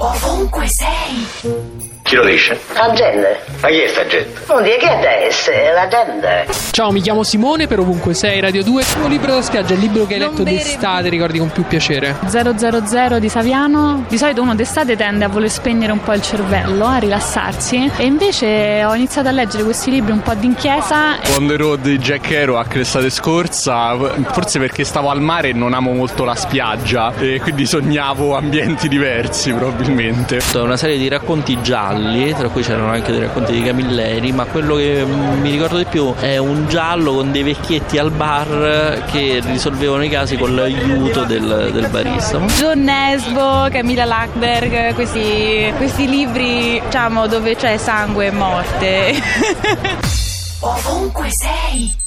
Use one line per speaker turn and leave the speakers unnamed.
Ovunque sei.
Chi lo dice?
Agende.
Ma chi è sta gente?
Non dire che adesso è l'agenda.
Ciao, mi chiamo Simone per ovunque sei Radio 2. Il tuo libro da spiaggia, il libro che hai
Non
letto
bere-
d'estate, ricordi con più piacere.
000 di Saviano. Di solito uno d'estate tende a voler spegnere un po' il cervello, a rilassarsi. E invece ho iniziato a leggere questi libri un po' d'inchiesa.
On the road di Jack Kerouac l'estate scorsa, forse perché stavo al mare e non amo molto la spiaggia e quindi sognavo ambienti diversi probabilmente.
letto una serie di racconti gialli, tra cui c'erano anche dei racconti di Camilleri, ma quello che mm, mi ricordo di più è un giallo con dei vecchietti al bar che risolvevano i casi con l'aiuto del, del barista.
John Nesbo, Camilla Lackberg, questi, questi libri diciamo, dove c'è sangue e morte.
Ovunque sei.